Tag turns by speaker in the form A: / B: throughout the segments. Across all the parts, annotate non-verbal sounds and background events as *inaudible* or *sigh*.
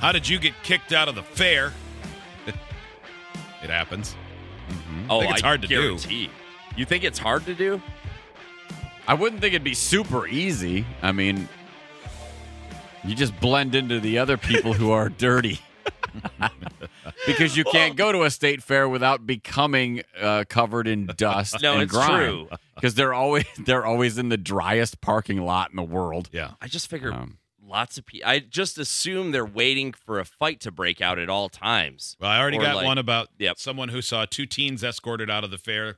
A: How did you get kicked out of the
B: *laughs*
A: fair? it happens.
B: Oh,
A: think it's hard to do.
B: guarantee. You think it's hard to do?
C: I wouldn't think it'd be super easy. I mean, you just blend into the other people
B: *laughs*
C: who are dirty. because you can't go to a state fair without becoming uh, covered in dust
B: No,
C: and
B: it's true.
C: Because they're always *laughs* they're always in the driest parking lot in the world.
A: Yeah.
B: I just figure
C: Um.
B: lots of people. I just assume they're waiting for a fight to break out at all times.
A: Well, I already
B: Or
A: got
B: like-
A: one about
B: Yep.
A: someone who saw two teens escorted out of the fair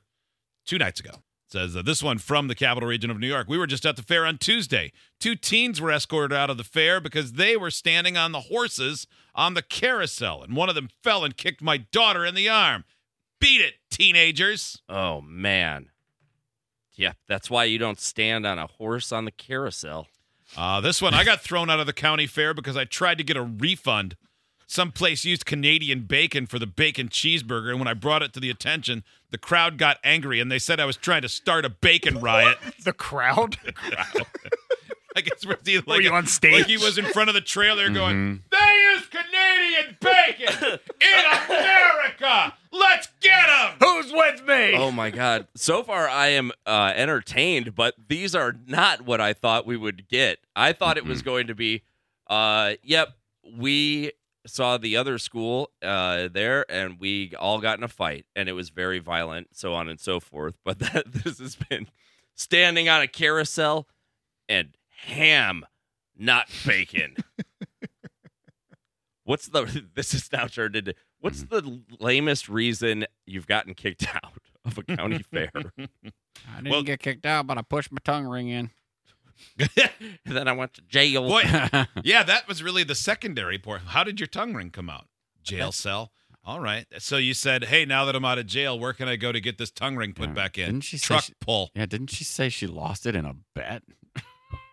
A: two nights ago. It says uh, this one from the capital region of New York. We were just at the fair on Tuesday. Two teens were escorted out of the fair because they were standing on the horses on the carousel, and one of them fell and kicked my daughter in the arm. Beat it, teenagers!
B: Oh man. Yeah, that's why you don't stand on a horse on the carousel.
A: Uh, this one, I got thrown out of the county fair because I tried to get a refund. Someplace used Canadian bacon for the bacon cheeseburger, and when I brought it to the attention, the crowd got angry and they said I was trying to start a bacon riot. *laughs*
D: The
B: *laughs*
D: crowd?
A: I guess we're seeing
D: Were
A: like,
D: you
A: a-
D: on stage? Mm-hmm.
A: like he was in front of the trailer going, They use Canadian bacon
D: *laughs*
A: in America. Let's get them.
D: Who's with me?
B: Oh my god. So far I am uh entertained, but these are not what I thought we would get. I thought it was going to be uh yep, we saw the other school uh there and we all got in a fight and it was very violent, so on and so forth. But *laughs* that this has been standing on a carousel and ham, not bacon. What's the *laughs* this is now turned into what's the lamest reason you've gotten kicked *laughs* out of a county fair?
C: I
A: didn't Well-
C: get kicked out, but I pushed my tongue ring in. *laughs*
B: And then I went to jail.
A: Boy, yeah, that was really the secondary part. How did your tongue ring come out? Jail cell. All right. So you said, "Hey, now that I'm out of jail, where can I go to get this tongue ring put
C: Yeah.
A: back in?"
C: Didn't she say
A: Truck
C: she-
A: pull.
C: yeah, didn't she say she lost it in a bet? *laughs*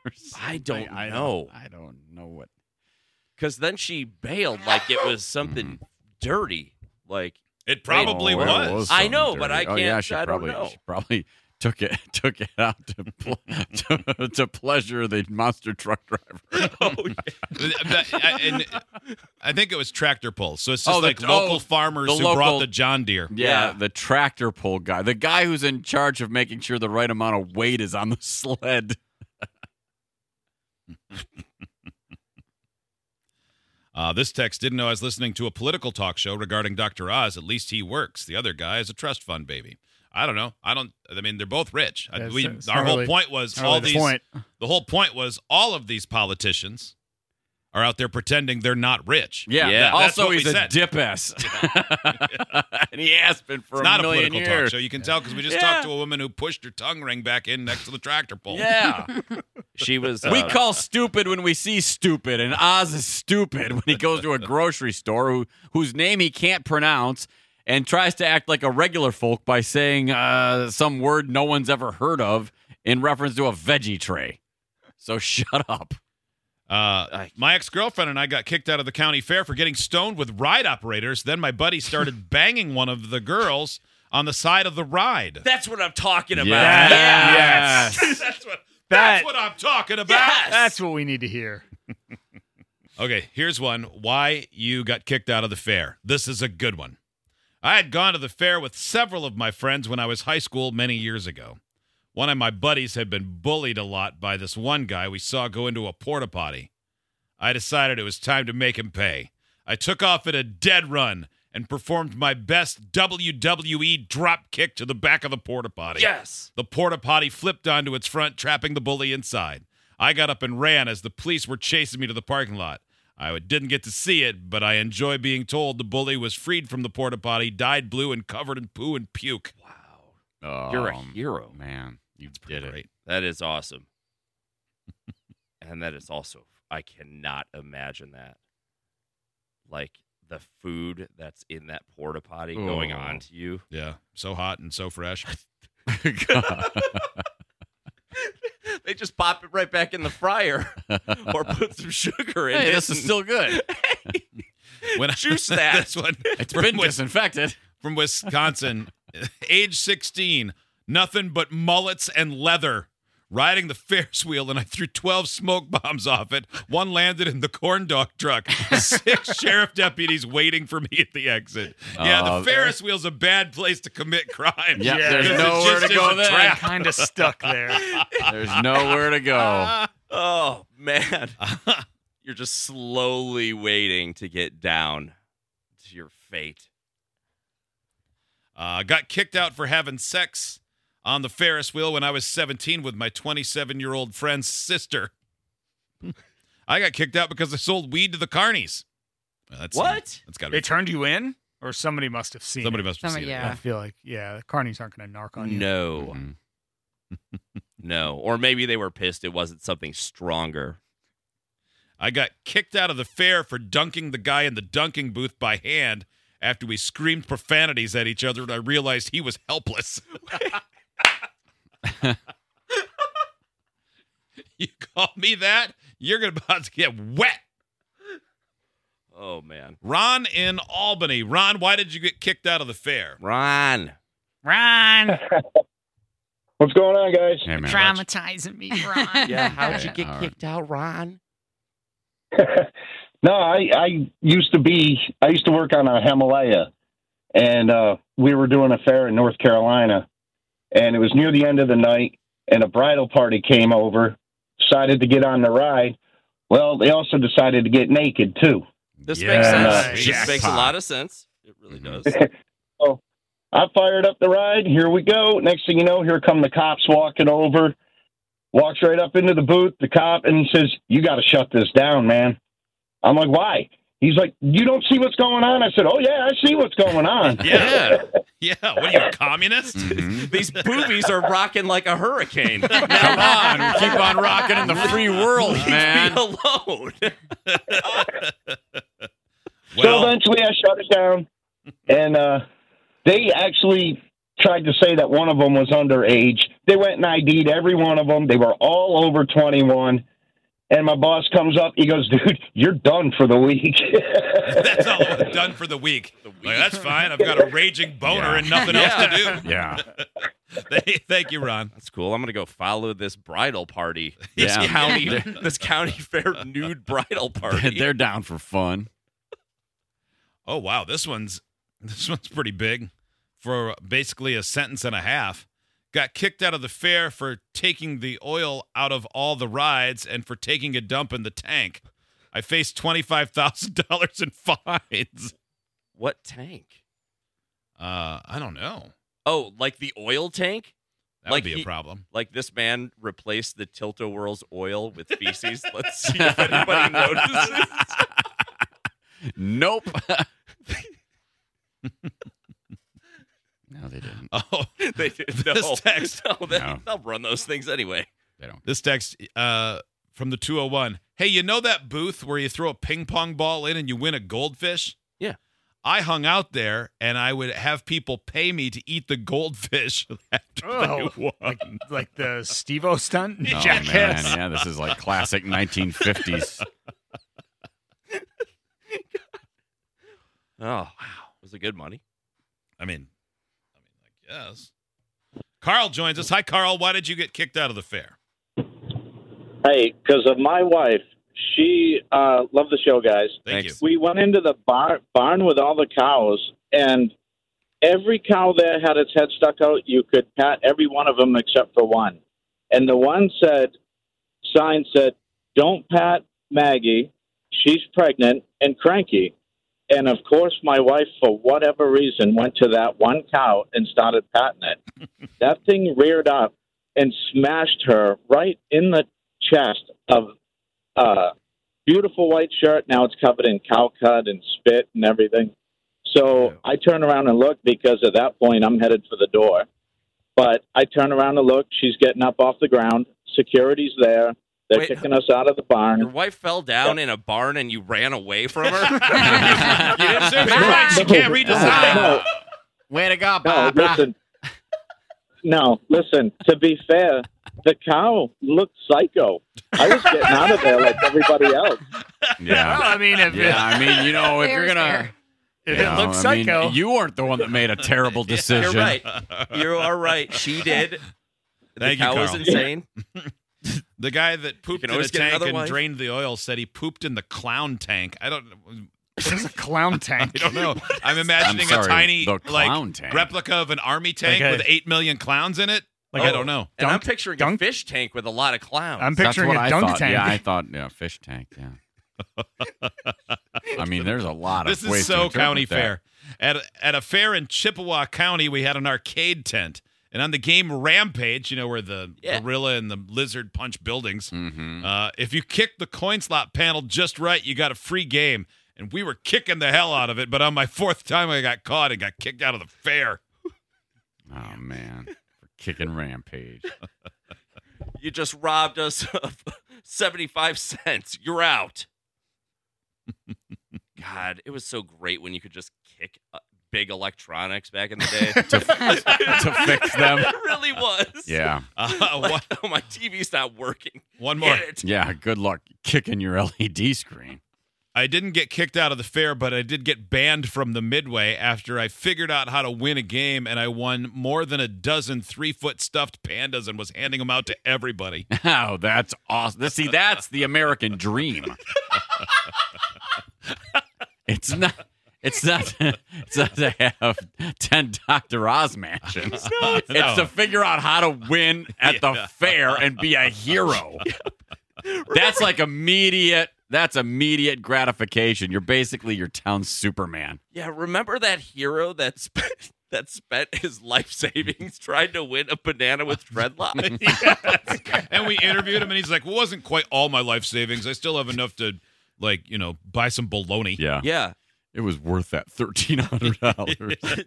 C: Or
B: I don't
C: something? I
B: know.
C: I don't know what.
B: Because then she bailed like it was something dirty. Like *laughs*
A: It probably
C: Oh, it
A: was. *laughs*
B: I
C: something
B: know, but I
C: Oh, yeah,
B: can't-
C: she
B: I don't
C: probably
B: know.
C: she probably *laughs* took it took it out to, pl- *laughs* to to pleasure the monster truck driver.
B: oh,
A: That- I- and I think it was tractor pulls. So it's just
C: Oh, the-
A: like local
C: oh,
A: farmers
C: the
A: who brought
C: local-
A: the John Deere.
B: Yeah.
C: the tractor pull guy, the guy who's in charge of making sure the right amount of weight is on the sled.
A: Uh, this text didn't know I was listening to a political talk show regarding Dr. Oz. At least he works. The other guy is a trust fund baby. I don't know. I don't. I mean, they're both rich. I-
D: That's-
A: we,
D: that's
A: our
D: not
A: whole
D: really-
A: point was
D: not
A: all
D: really the
A: these.
D: point.
A: The whole point was all of these politicians are out there pretending they're not rich.
C: Yeah,
B: Yeah.
A: That's
C: also
A: what we
C: he's a
A: said.
C: dip ass, *laughs* and he has been for
A: It's
C: a
A: not a
C: million
A: political talk
C: years.
A: show. You can tell because we just
C: Yeah.
A: talked to a woman who pushed her tongue ring back in next to the tractor pole.
C: Yeah,
B: she was. Uh,
C: we call stupid when we see stupid, and Oz is stupid when he goes to a grocery store who, whose name he can't pronounce and tries to act like a regular folk by saying uh, some word no one's ever heard of in reference to a veggie tray. So shut up.
A: Uh, my ex girlfriend and I got kicked out of the county fair for getting stoned with ride operators. Then my buddy started banging one of the girls on the side of the ride.
B: That's what I'm talking about.
D: Yes.
A: that's what
D: That-
A: that's what I'm talking about.
B: Yes.
D: That's what we need
C: *laughs*
D: to hear.
A: Okay, here's one why you got kicked out of the fair. This is a good one. I had gone to the fair with several of my friends when I was high school many years ago. One of my buddies had been bullied a lot by this one guy we saw go into a porta potty. I decided it was time to make him pay. I took off at a dead run and performed my best WWE drop kick to the back of the porta potty.
B: Yes.
A: The porta potty flipped onto its front, trapping the bully inside. I got up and ran as the police were chasing me to the parking lot. I didn't get to see it, but I enjoy being told the bully was freed from the porta potty, dyed blue, and covered in poo and puke.
B: Wow.
C: Oh,
B: You're a hero.
C: Man, you did it.
A: Great.
B: That is awesome. *laughs* and that is also. I cannot imagine that. like the food that's in that porta potty going
C: Ooh.
B: on to you.
A: Yeah, so hot and so
C: *laughs*
A: fresh.
B: *laughs* They just pop it right back in the fryer *laughs* or put some sugar in
C: hey,
B: it.
C: this
B: *laughs*
C: is
B: and-
C: still good.
A: When I- *laughs*
B: Juice that.
A: this one
C: It's
A: from
C: been
A: Wis-
C: disinfected.
A: from Wisconsin, *laughs* age 16, nothing but mullets and leather, riding the Ferris wheel, and I threw 12 smoke bombs off it. One landed in the corn dog truck. Six
C: *laughs*
A: sheriff deputies waiting for me at the exit. Yeah,
C: Oh,
A: the Ferris wheel's a bad place to commit crime. *laughs*
C: Yeah,
D: Yeah,
C: there's
D: it's
C: nowhere
A: just-
C: to go
A: it's a
C: then.
D: kind of stuck there.
C: *laughs* There's nowhere to go.
B: *laughs* Oh man. You're just slowly waiting to get down to your fate.
A: Uh, got kicked out for having sex on the Ferris wheel when I was 17 with my 27 year old friend's sister. I got kicked out because I sold weed to the carnies. Well, that's
B: What?
A: That's got to
D: They
A: be.
D: turned you in, or somebody must have seen.
A: Somebody
D: it.
A: must have
E: Somebody-
A: seen
E: yeah.
D: I feel like yeah, the carnies aren't going to narc on you.
B: No.
C: Mhm.
D: Mm-hmm. *laughs*
B: No. Or maybe they were pissed it wasn't something stronger.
A: it. I got kicked out of the fair for dunking the guy in the dunking booth by hand after we screamed profanities at each other and I realized he was
E: *laughs*
A: helpless. *laughs* you call me that? You're gonna about to get wet.
B: Oh man.
A: Ron in Albany. Ron, why did you get kicked out of the
B: *laughs*
A: fair?
B: Ron.
E: *laughs*
D: Ron,
F: *laughs* What's going on, guys?
C: Hey, man.
D: traumatizing me,
B: *laughs*
D: Ron.
E: Yeah, how
C: did you get Alright. kicked
B: out, Ron?
F: *laughs* no, I I used to be I used to work on a Himalaya, and uh, we were doing a fair in North Carolina, and it was near the end of the night, and a bridal party came over, decided to get on the ride. Well, they also decided to get naked too.
B: This
D: Yes. Mm-hmm.
B: makes sense.
D: Jackpot.
B: This makes a lot of sense. It really
C: Mhm.
B: does.
F: *laughs* I fired up the ride. Here we go. Next thing you know, here come the cops walking over. Walks right up into the booth, the cop, and he says, You got to shut this down, man. I'm like, Why? He's like, You don't see what's going on? I said, Oh, yeah, I see what's
A: *laughs*
F: going on.
A: Yeah. yeah. What are you, a communist?
C: *laughs* Mhm.
B: These boobies are rocking like a
D: *laughs*
B: hurricane.
C: Come on, we keep on rocking *laughs* in the free world, man. *laughs*
B: Leave me alone.
F: so
A: Well,
F: eventually I shut it down. And uh, they actually tried to say that one of them was underage. They went and ID'd every one of them. They were all over 21. And my boss comes up. He goes, Dude, you're done for the week. *laughs*
A: *laughs* that's all I'm done for the week. Like, that's fine. I've got a raging boner
C: Yeah.
A: and nothing else to
C: Yeah.
A: do. Thank- Thank you, Ron.
B: That's cool. I'm gonna go follow this bridal
C: *laughs*
B: party. This
C: Yeah.
B: county, *laughs* this county fair nude bridal party.
C: *laughs* *laughs* They're down for fun.
A: Oh wow, this one's this one's pretty big for basically a sentence and a half. Got kicked out of the fair for taking the oil out of all the rides and for taking a dump in the tank. I faced twenty five thousand dollars in fines.
B: what tank?
A: Uh, I don't know.
B: Oh, like the oil tank?
A: That
B: Like
A: would be
B: he-
A: a problem.
B: Like this man replaced the Tilt-A-Whirl's oil with
C: *laughs*
B: feces. Let's see if anybody notices. *laughs*
C: Nope. *laughs* no, they didn't.
A: Oh,
B: They did. No,
A: This text-
B: no, they,
C: No.
B: they'll run those things anyway.
C: They don't.
A: this text uh, from the two hundred one. Hey, you know that booth where you throw a ping pong ball in and you win a goldfish?
B: Yeah.
A: I hung out there and I would have people pay me to eat the goldfish *laughs* after
D: Oh,
A: they won.
C: *laughs*
D: like, like the Steve-O stunt, *laughs*
C: No,
D: jackass.
C: man. Yeah, this is like classic *laughs* 1950s.
B: Oh, wow. Was it good money?
A: I mean, I mean, I guess. Carl joins us. Hi, Carl. Why did you get kicked out of the fair?
G: Hey, because of my wife, she uh, loved the show, guys.
A: Thank
B: Thanks.
A: you. *laughs*
G: We went into the bar- barn with all the cows, and every cow there had its head stuck out. You could pat every one of them except for one. And the one said, sign said, don't pat Maggie. She's pregnant and cranky. And of course, my wife, for whatever reason, went to that one cow and started patting it. that thing reared up and smashed her right in the chest of uh, beautiful white shirt. Now it's covered in cow cut and spit and everything. So I turn around and look because at that point I'm headed for the door. But I turn around and look. She's getting up off the ground. Security's there. They're
B: Wait.
G: kicking us out of the
B: Your
G: barn.
B: wife fell down in a barn and you ran away from her.
C: *laughs*
B: *laughs*
A: you didn't say she right, she can't redesign.
C: Oh.
G: No,
C: Way to go, *laughs*
G: no, listen. No, listen. To be fair, the cow looked psycho. I was getting out of there like everybody else.
D: Well,
C: Yeah.
D: I mean, if,
C: Yeah, I mean, you know, if
E: Fair
C: you're
E: is
C: gonna,
E: fair.
D: it, if
C: you know,
D: it looks
C: I mean,
D: psycho,
C: you weren't the one that made a *laughs* terrible decision.
B: You're right. You are right. She
C: *laughs*
B: did. The
A: Thank you,
B: cow was
A: Carl.
B: insane.
A: The guy that pooped in a
B: always get
A: tank
B: another
A: and
B: wife.
A: drained the oil said he pooped in the clown tank. I don't.
D: it's
C: *laughs*
D: a clown tank.
A: I don't know. I'm
C: I'm
A: imagining
C: sorry,
A: a tiny
C: the
A: like
C: clown tank.
A: replica of an army tank
D: Like a-
A: with eight million clowns in it.
D: Like
A: I
D: a-
A: don't know.
B: And I'm
D: Dunk-
B: picturing
D: dunk-
B: a fish tank with a lot of clowns.
D: I'm picturing
C: Oh. That's what
D: a
C: I
D: dunk
C: thought.
D: tank.
C: Yeah, I thought, yeah, fish tank. Yeah.
A: *laughs*
C: I mean, there's a lot of
A: This is
C: ways to
A: so
C: interpret
A: county
C: that.
A: fair. At a, at a fair in Chippewa County, we had an arcade tent, and on the game Rampage, you know where the
B: Yeah.
A: gorilla and the lizard punch buildings.
C: Mhm.
A: Uh, if you kick the coin slot panel just right, you got a free game. And we were kicking the hell out of it, but on my fourth time, I got caught and got kicked out of the fair. *laughs*
C: Oh man, For kicking
A: *laughs*
C: rampage.
B: you just robbed us *laughs* of 75 cents. You're
C: *laughs*
B: out. God, it was so great when you could just kick uh, big electronics back in the day.
C: *laughs*
B: *laughs*
C: To- to fix them.
B: It really was. *laughs*
C: Yeah,
A: Uh, *laughs*
B: Like,
A: one,
B: oh, my TV's not working.
A: one more.
B: Get it.
C: yeah. Good luck kicking your LED screen. *laughs*
A: I didn't get kicked out of the fair, but I did get banned from the midway after I figured out how to win a game, and I won more than a dozen three foot stuffed pandas and was handing them out to everybody.
C: Oh, that's awesome. This- See, that's the American dream. *laughs* it's not. It's not. *laughs* It's not to have ten Dr. Oz mansions. it's
A: No.
C: *laughs* to figure out how to win at the fair and be a *laughs* hero. that's like immediate. That's immediate gratification. You're basically your town Superman.
B: Yeah, remember that hero that spent that spent his life savings trying to win a banana
C: *laughs*
B: with dreadlocks?
A: and we interviewed him, and he's like, well, wasn't quite all my life savings. I still have enough to, like, you know, buy some bologna.
B: *laughs*
C: Yeah,
B: yeah.
C: *laughs* it was worth that thirteen hundred dollars.